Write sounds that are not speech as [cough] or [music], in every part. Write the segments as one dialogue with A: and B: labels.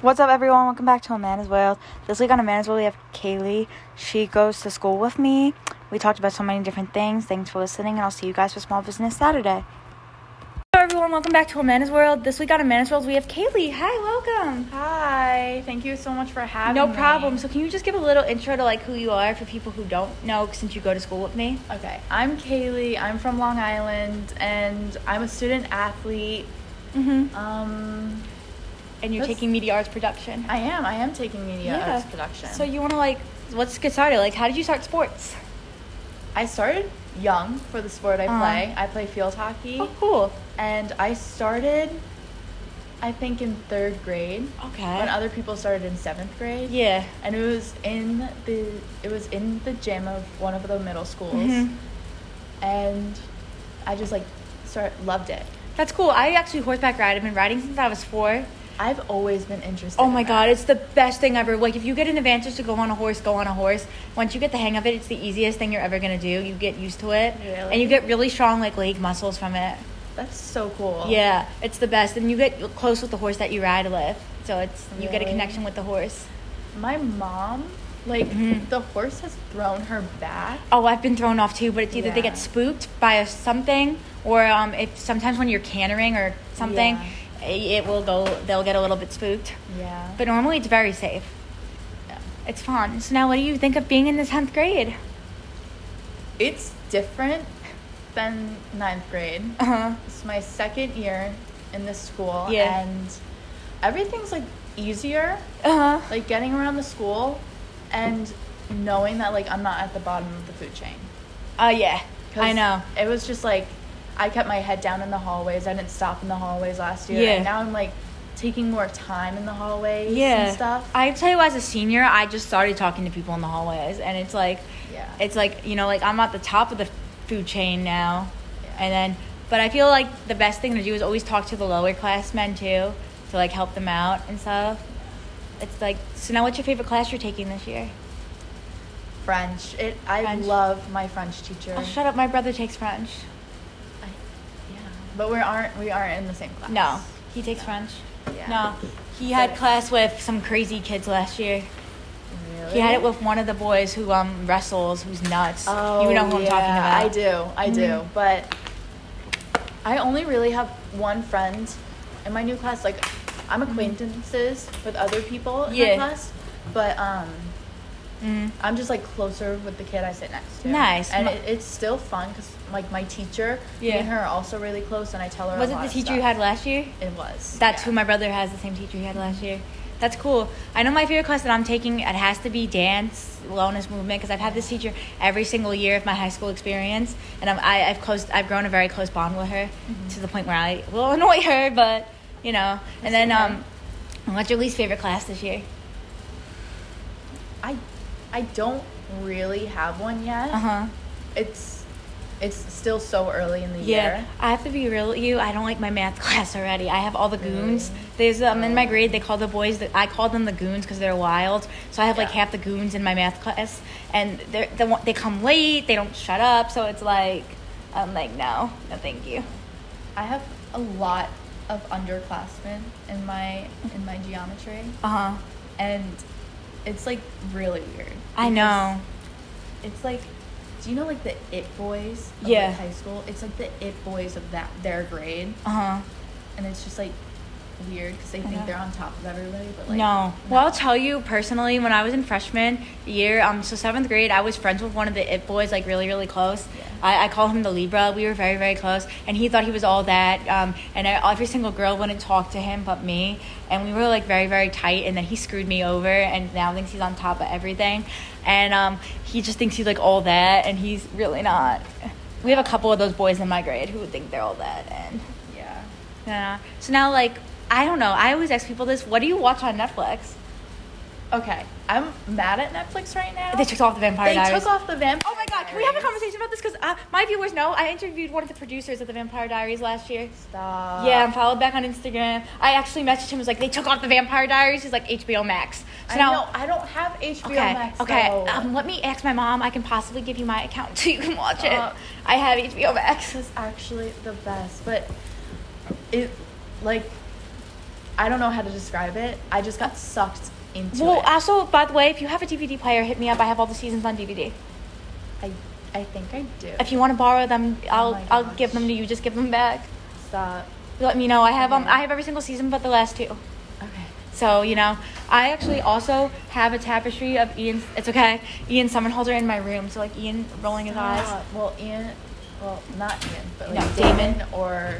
A: What's up, everyone? Welcome back to A Man as Well. This week on A Man as Well, we have Kaylee. She goes to school with me. We talked about so many different things. Thanks for listening, and I'll see you guys for Small Business Saturday. Hello, everyone. Welcome back to A Man as World. This week on A Man as World, we have Kaylee. Hi, welcome.
B: Hi, thank you so much for having
A: No
B: me.
A: problem. So, can you just give a little intro to like who you are for people who don't know since you go to school with me?
B: Okay, I'm Kaylee. I'm from Long Island, and I'm a student athlete.
A: Mm-hmm.
B: Um,
A: And you're
B: That's-
A: taking media arts production.
B: I am. I am taking media
A: Yeah.
B: arts production.
A: So, you want to like, let's get started. Like, how did you start sports?
B: I started young for the sport I
A: Uh.
B: play. I play field hockey,
A: Oh, cool.
B: and I started, I think, in third grade.
A: Okay.
B: When other people started in seventh grade.
A: yeah.
B: And it was in the it was in the gym of one of the middle schools,
A: Mhm.
B: and I just like start loved it.
A: That's cool. I actually horseback ride. I've been riding since I was four.
B: I've always been interested.
A: Oh
B: in
A: my
B: that.
A: god, it's the best thing ever. Like if you get an advantage to go on a horse, go on a horse. Once you get the hang of it, it's the easiest thing you're ever gonna do. You get used to it,
B: Really?
A: and you get really strong like leg muscles from it.
B: That's so cool.
A: Yeah, it's the best, and you get close with the horse that you ride with. So it's you get a
B: Really?
A: connection with the horse.
B: My mom, like
A: Mhm.
B: the horse has thrown her back.
A: Oh, I've been thrown off too, but it's either they
B: Yeah.
A: get spooked by a something, or um, if sometimes when you're cantering or something,
B: Yeah.
A: it, it will go. They'll get a little bit spooked,
B: Yeah.
A: but normally it's very safe. It's fun. So now, what do you think of being in the tenth grade?
B: It's different than ninth grade.
A: Uh huh.
B: It's my second year in this school
A: Yeah.
B: and everything's like easier.
A: Uh huh.
B: Like getting around the school and knowing that like I'm not at the bottom of the food chain.
A: Oh yeah.
B: 'Cause
A: I know.
B: It was just like I kept my head down in the hallways. I didn't stop in the hallways last year.
A: Yeah.
B: And now I'm like taking more time in the hallways and stuff.
A: I tell you, as a senior, I just started talking to people in the hallways, and it's like,
B: Yeah.
A: it's like you know, like I'm at the top of the food chain now,
B: Yeah.
A: and then, but I feel like the best thing to do is always talk to the lower class men too, to like help them out and stuff. It's like so now. What's your favorite class you're taking this year?
B: French. It. I
A: French.
B: love my French teacher.
A: Oh, shut up! My brother takes French.
B: I- yeah. But we aren't. We aren't in the same class.
A: No, he takes French.
B: Yeah.
A: No, he had
B: But-
A: class with some crazy kids last year.
B: Really?
A: He had it with one of the boys who um wrestles, who's nuts.
B: Oh,
A: you know who I'm
B: yeah,
A: talking about. Mm-hmm.
B: I do. I do. But I only really have one friend in my new class. Like, I'm acquaintances with other people in
A: Mm-hmm. Yeah.
B: my class, but um,
A: Mm.
B: I'm just like closer with the kid I sit next to.
A: Nice.
B: And
A: My-
B: it, it's still fun because like my teacher,
A: Yeah.
B: me and her are also really close, and I tell her.
A: Was
B: a
A: it
B: lot
A: the
B: of
A: teacher
B: stuff.
A: you had last year?
B: It was.
A: That's
B: yeah.
A: who my brother has, the same teacher he had last year. That's cool. I know my favorite class that I'm taking, it has to be dance, wellness movement, because I've had this teacher every single year of my high school experience, and I'm, I, I've close, I've grown a very close bond with her to the point where I will annoy her, but you know. And
B: That's
A: then,
B: okay.
A: um, what's your least favorite class this year?
B: I I don't really have one yet.
A: Uh huh.
B: It's it's still so early in the
A: Yeah,
B: year.
A: I have to be real with you. I don't like my math [laughs] class already. I have all the goons. There's um in my grade they call the boys. The, I call them the goons because they're wild. So I have like
B: Yeah.
A: half the goons in my math class, and they're the one they come late. They don't shut up. So it's like I'm like no, no thank you.
B: I have a lot of underclassmen in my in my geometry
A: Uh huh.
B: and it's like really weird.
A: I know.
B: It's like do you know like the it boys of
A: Yeah.
B: like, high school? It's like the it boys of that their grade
A: Uh huh.
B: and it's just like weird cuz they think
A: know.
B: they're on top of everybody but like
A: no. Well, I'll tell you personally, when I was in freshman year, um, so seventh grade, I was friends with one of the it boys, like really, really close.
B: Yeah.
A: I, I call him the Libra. We were very, very close, and he thought he was all that. Um, and I, every single girl wouldn't talk to him but me, and we were like very, very tight. And then he screwed me over, and now thinks he's on top of everything, and um, he just thinks he's like all that, and he's really not. We have a couple of those boys in my grade who think they're all that, and
B: yeah.
A: yeah. So now, like, I don't know. I always ask people this: What do you watch on Netflix?
B: Okay. I'm mad at Netflix right now.
A: They took off the Vampire
B: They
A: Diaries.
B: took off the vampire.
A: Oh my God! Can we have a
B: Diaries.
A: conversation about this? Because uh, my viewers know I interviewed one of the producers of the Vampire Diaries last year.
B: Stop.
A: yeah, I'm followed back on Instagram. I actually messaged him. Was like, they took off the Vampire Diaries. He's like HBO Max. So
B: I
A: now,
B: know. I don't have HBO
A: okay,
B: Max.
A: okay.
B: though.
A: Um, let me ask my mom. I can possibly give you my account so you can watch
B: Stop.
A: it. I have HBO Max.
B: This is actually the best, but it like I don't know how to describe it. I just got sucked into
A: Well,
B: it.
A: also, by the way, if you have a DVD player, hit me up. I have all the seasons on DVD.
B: I, I think I do.
A: If you want to borrow them, I'll
B: Oh my
A: I'll
B: gosh.
A: give them to you. Just give them back.
B: Stop.
A: Let me know. I have um
B: Okay.
A: I have every single season but the last two.
B: Okay.
A: So you know, I actually also have a tapestry of Ian. It's okay, Ian Summerholder in my room. So like Ian rolling his eyes.
B: Stop. Well, Ian. Well, not Ian, but
A: No,
B: like
A: Damon.
B: Damon or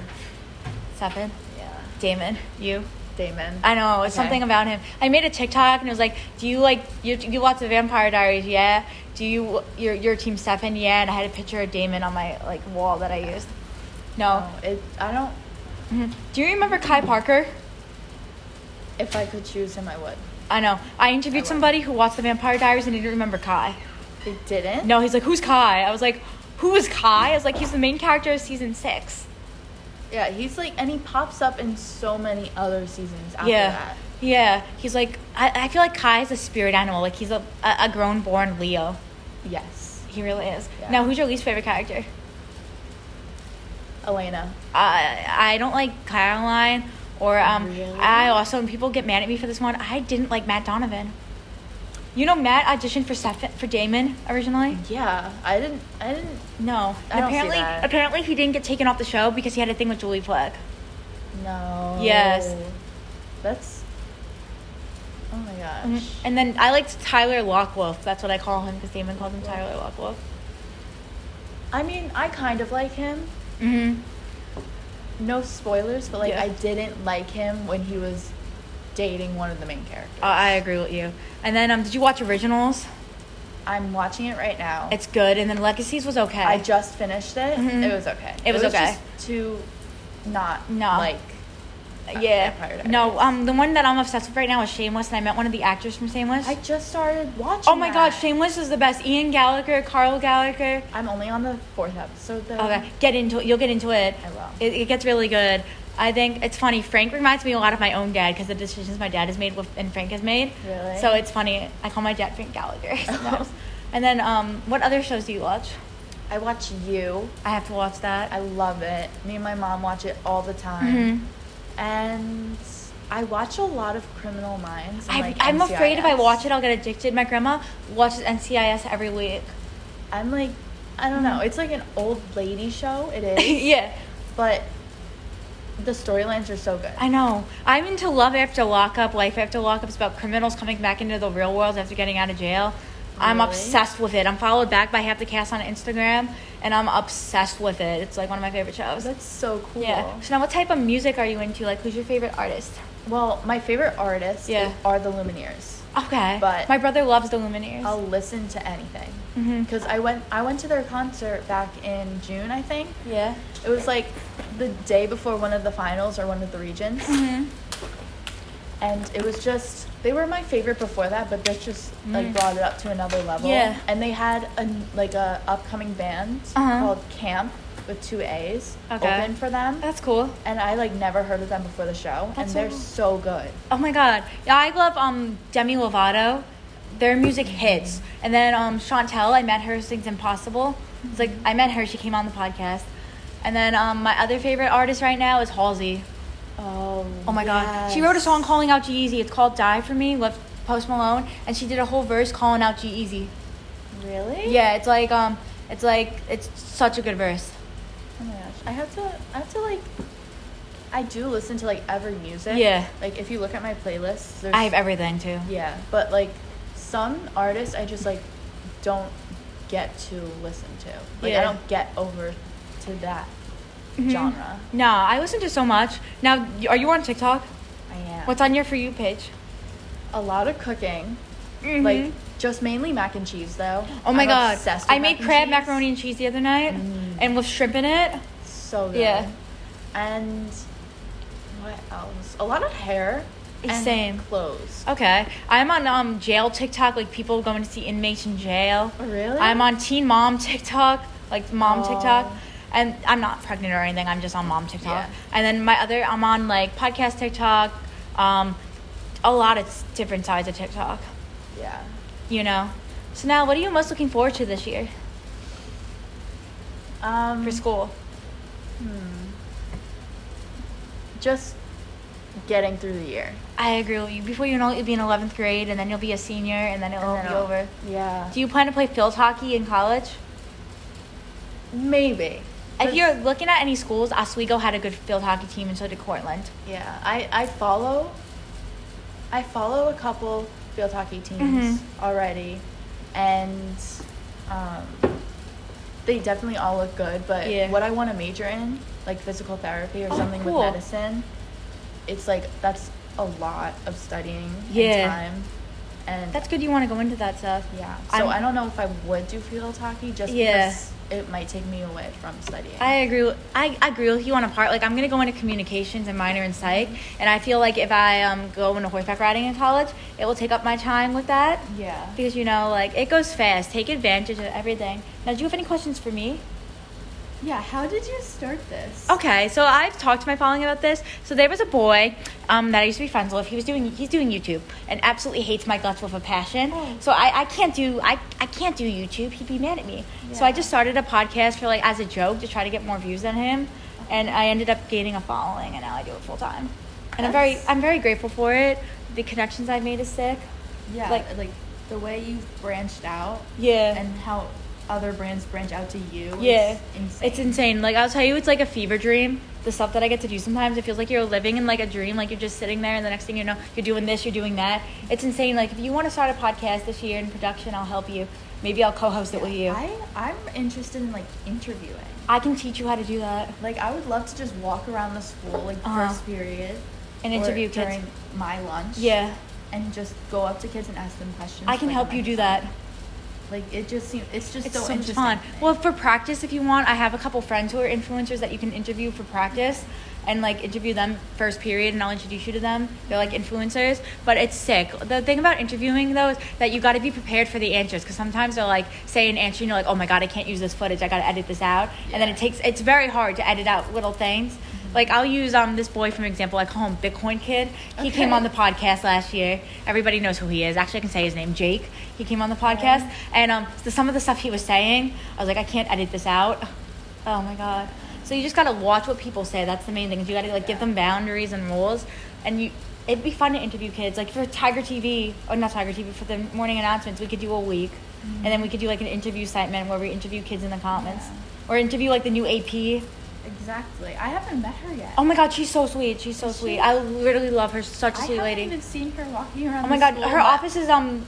A: Seven.
B: yeah,
A: Damon, you.
B: Damon.
A: I know it's
B: Okay.
A: something about him. I made a TikTok and it was like, "Do you like you, you watch the Vampire Diaries? Yeah. Do you your your team Stefan? Yeah." And I had a picture of Damon on my like wall that I used. No.
B: No, Oh, it. I don't.
A: Mhm. Do you remember Kai Parker?
B: If I could choose him, I would.
A: I know. I
B: I
A: interviewed
B: love
A: somebody who watched the Vampire Diaries and he didn't remember Kai.
B: They didn't.
A: No, he's like, "Who's Kai?" I was like, "Who is Kai?" I was like, "He's the main character of season six.
B: Yeah, he's like, and he pops up in so many other seasons after
A: yeah.
B: that.
A: Yeah, he's like I, I feel like Kai is a spirit animal. Like he's a, a, a grown born Leo.
B: Yes,
A: He really is.
B: Yeah.
A: Now, who's your least favorite character?
B: Elena.
A: I I don't like Caroline or um
B: Really?
A: I also and people get mad at me for this one. I didn't like Matt Donovan. You know Matt auditioned for Steph- for Damon originally?
B: Yeah, I didn't. I didn't.
A: No.
B: Mm. I don't see
A: apparently
B: that.
A: apparently he didn't get taken off the show because he had a thing with Julie Plec.
B: No.
A: Yes.
B: That's. Oh my gosh.
A: Mhm. And then I liked Tyler Lockwolf. That's what I call him because Damon called him Tyler Lockwolf.
B: I mean, I kind of like him.
A: Mhm.
B: No spoilers, but like
A: Yeah.
B: I didn't like him when he was dating one of the main characters.
A: Uh, I agree with you. And then um did you watch Originals?
B: I'm watching it right now.
A: It's good. And then Legacies was okay.
B: I just finished it.
A: Mhm.
B: It was okay.
A: It was okay.
B: Just too not
A: No.
B: like Vampire
A: yeah.
B: Diaries.
A: No, um the one that I'm obsessed with right now is Shameless and I met one of the actors from Shameless.
B: I just started watching.
A: Oh my god,
B: that.
A: Shameless is the best. Ian Gallagher, Carl Gallagher.
B: I'm only on the fourth episode though.
A: Okay, get into it. You'll get into it.
B: Um, I will.
A: It, it gets really good. I think it's funny. Frank reminds me a lot of my own dad because the decisions my dad has made with, and Frank has made.
B: Really?
A: So it's funny. I call my dad Frank
B: [laughs]
A: Gallagher. [laughs] sometimes. and then, um, what other shows do you watch?
B: I watch you.
A: I have to watch that.
B: I love it. Me and my mom watch it all the time.
A: Mhm.
B: And I watch a lot of Criminal Minds. And
A: I,
B: like
A: I'm afraid if I
B: NCIS.
A: watch it, I'll get addicted. My grandma watches NCIS every
B: [laughs]
A: week.
B: I'm like, I don't know. It's like an old lady show. It
A: [laughs]
B: is.
A: yeah,
B: But the storylines are so good.
A: I know. I'm into Love After Lockup. Life After Lockup is about criminals coming back into the real world after getting out of jail. I'm
B: Really?
A: obsessed with it. I'm followed back by half the cast on Instagram, and I'm obsessed with it. It's like one of my favorite shows.
B: That's so cool.
A: Yeah. So now, what type of music are you into? Like, who's your favorite artist?
B: Well, my favorite artists
A: Yeah.
B: is- are the Lumineers.
A: Okay.
B: But-
A: my brother loves the Lumineers.
B: I'll listen to anything.
A: Mhm.
B: Because I went, I went to their concert back in June, I think.
A: Yeah.
B: It was like the day before one of the finals or one of the regions.
A: hmm
B: and it was just they were my favorite before that but this just like
A: Mm.
B: brought it up to another level
A: Yeah.
B: and they had a like a upcoming band
A: Uh-huh.
B: called camp with two a's
A: Okay.
B: open for them
A: That's cool.
B: and i like never heard of them before the show and
A: That's
B: they're so
A: so-
B: good
A: Oh my god. Yeah, I love um Demi Lovato. Their music hits. And then um Chantel, I met her sings Impossible. It's like I met her, she came on the podcast. And then um my other favorite artist right now is Halsey.
B: oh
A: Oh my god. She wrote a song calling out G Easy. It's called Die For Me with Post Malone and she did a whole verse calling out G Easy.
B: really
A: Yeah, it's like um it's like it's such a good verse.
B: oh my gosh i have to i have to like i do listen to like every music
A: Yeah.
B: like if you look at my playlist there's
A: I have everything too.
B: Yeah, but like some artists, I just like don't get to listen to. Like I
A: Yeah. Mm-hmm.
B: don't get over to that genre.
A: No, I listen to so much. Now, are you on TikTok?
B: I am.
A: What's on your for you page?
B: a lot of cooking,
A: Mhm.
B: like just mainly mac and cheese though.
A: Oh my
B: I'm
A: god!
B: obsessed with
A: I made
B: mac and
A: crab
B: cheese.
A: macaroni and cheese the other night,
B: Mm.
A: and with shrimp in it.
B: So good.
A: Yeah.
B: and what else? A lot of hair. And
A: Same.
B: clothes.
A: Okay, I'm on um jail TikTok, like people going to see inmates in jail.
B: Oh, really?
A: I'm on Teen Mom TikTok, like Mom
B: Oh.
A: TikTok, and I'm not pregnant or anything. I'm just on Mom TikTok.
B: Yeah.
A: And then my other, I'm on like podcast TikTok, um, a lot of s- different sides of TikTok.
B: Yeah.
A: You know. So now, what are you most looking forward to this year
B: Um,
A: Mm. for school?
B: Hmm. Just getting through the year.
A: I agree with you. Before you know it, you'll be in 11th grade, and then you'll be a senior, and then it'll
B: And
A: be
B: then I'll-
A: over.
B: Yeah.
A: Do you plan to play field hockey in college?
B: Maybe.
A: If you're looking at any schools, Oswego had a good field hockey team, and so did Cortland.
B: Yeah, I, I follow. I follow a couple field hockey teams
A: Mm-hmm.
B: already, and um, they definitely all look good. But
A: Yeah.
B: what I want to major in, like physical therapy or
A: Oh,
B: something
A: cool.
B: with medicine, it's like that's a lot of studying
A: Yeah.
B: and time. And
A: That's good. You want to go into that stuff.
B: yeah,
A: I'm-
B: so I'm, I do not know if I would do field hockey just
A: Yeah.
B: because it might take me away from studying.
A: I agree. with- I, I agree with you on a part. Like I'm gonna go into communications and minor in psych, and I feel like if I um, go into horseback riding in college, it will take up my time with that
B: yeah.
A: because you know, like it goes fast. Take advantage of everything. Now, do you have any questions for me?
C: Yeah, how did you start this?
A: Okay, so I've talked to my following about this. So there was a boy um, that I used to be friends with. He was doing he's doing YouTube and absolutely hates my guts with a passion.
C: Oh.
A: So I, I can't do I, I can't do YouTube. He'd be mad at me. So I
C: Yeah.
A: just started a podcast for like as a joke to try to get more views than him, and I ended up gaining a following, and now I do it full time. And I'm very
C: That's-
A: I'm very grateful for it. The connections I've made is sick.
C: Yeah,
A: Like-
C: like, like the way you've branched out
A: Yeah.
C: and how other brands branch out to you.
A: Yeah.
C: Is insane.
A: It's insane. Like I'll tell you, it's like a fever dream. The stuff that I get to do sometimes, it feels like you're living in like a dream. Like you're just sitting there, and the next thing you know, you're doing this, you're doing that. It's insane. Like if you want to start a podcast this year in production, I'll help you. Maybe I'll co-host it with you. I,
C: I, I'm interested in like interviewing.
A: can teach you how to do that
C: Like I would love to just walk around the school like
A: Uh-huh.
C: first period
A: and
C: or
A: interview kids.
C: during my lunch.
A: yeah,
C: And just go up to kids and ask them questions.
A: I can
C: like,
A: help
C: on
A: you
C: my
A: do
C: phone.
A: that.
C: Like it just seems it's just
A: It's
C: so,
A: so, much
C: interesting.
A: fun. Well, for practice, if you want, I have a couple friends who are influencers that you can interview for practice and like interview them first period and I'll introduce you to them. They're like influencers, but it's sick. The thing about interviewing though is that you got to be prepared for the answers because sometimes they'll like say an answer and you're like, oh my God, I can't use this footage. I got to edit this out. And then it takes, it's very hard to edit out little things.
C: Mm-hmm.
A: Like I'll use um this boy for example. I call him Bitcoin Kid. He came
C: Okay.
A: on the podcast last year. Everybody knows who he is. Actually, I can say his name, Jake. He came on the podcast, and um, the, some of the stuff he was saying, I was like, I can't edit this out. [laughs] Oh my god! So you just gotta watch what people say. That's the main thing. is You gotta like give them boundaries and rules, and you. It'd be fun to interview kids. Like for Tiger TV, or not Tiger TV, for the morning announcements, we could do a week,
C: Mm-hmm.
A: and then we could do like an interview segment where we interview kids in the comments, or interview like the new AP.
C: Exactly. I haven't met her yet.
A: Oh my god, she's so sweet. She's so sweet. I literally love her. Such a
C: I
A: sweet
C: haven't
A: lady.
C: even seen her walking around.
A: Oh my
C: the
A: god,
C: school,
A: her
C: but-
A: office is um,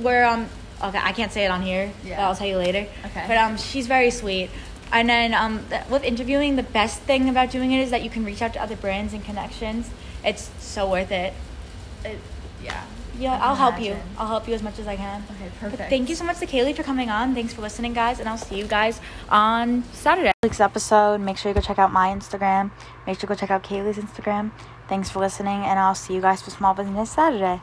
A: where um, okay, I can't say it on here.
C: Yeah.
A: but I'll tell you later.
C: Okay.
A: But um, she's very sweet. And then um, th- with interviewing, the best thing about doing it is that you can reach out to other brands and connections. It's so worth it.
C: It, yeah.
A: Yeah,
C: I can
A: I'll help you.
C: imagine.
A: I'll help you as much as I can.
C: Okay,
A: But
C: perfect.
A: thank you so much to Kaylee for coming on. Thanks for listening, guys, and I'll see you guys on Saturday. Next episode, make sure you go check out my Instagram. Make sure you go check out Kaylee's Instagram. Thanks for listening, and I'll see you guys for Small Business Saturday.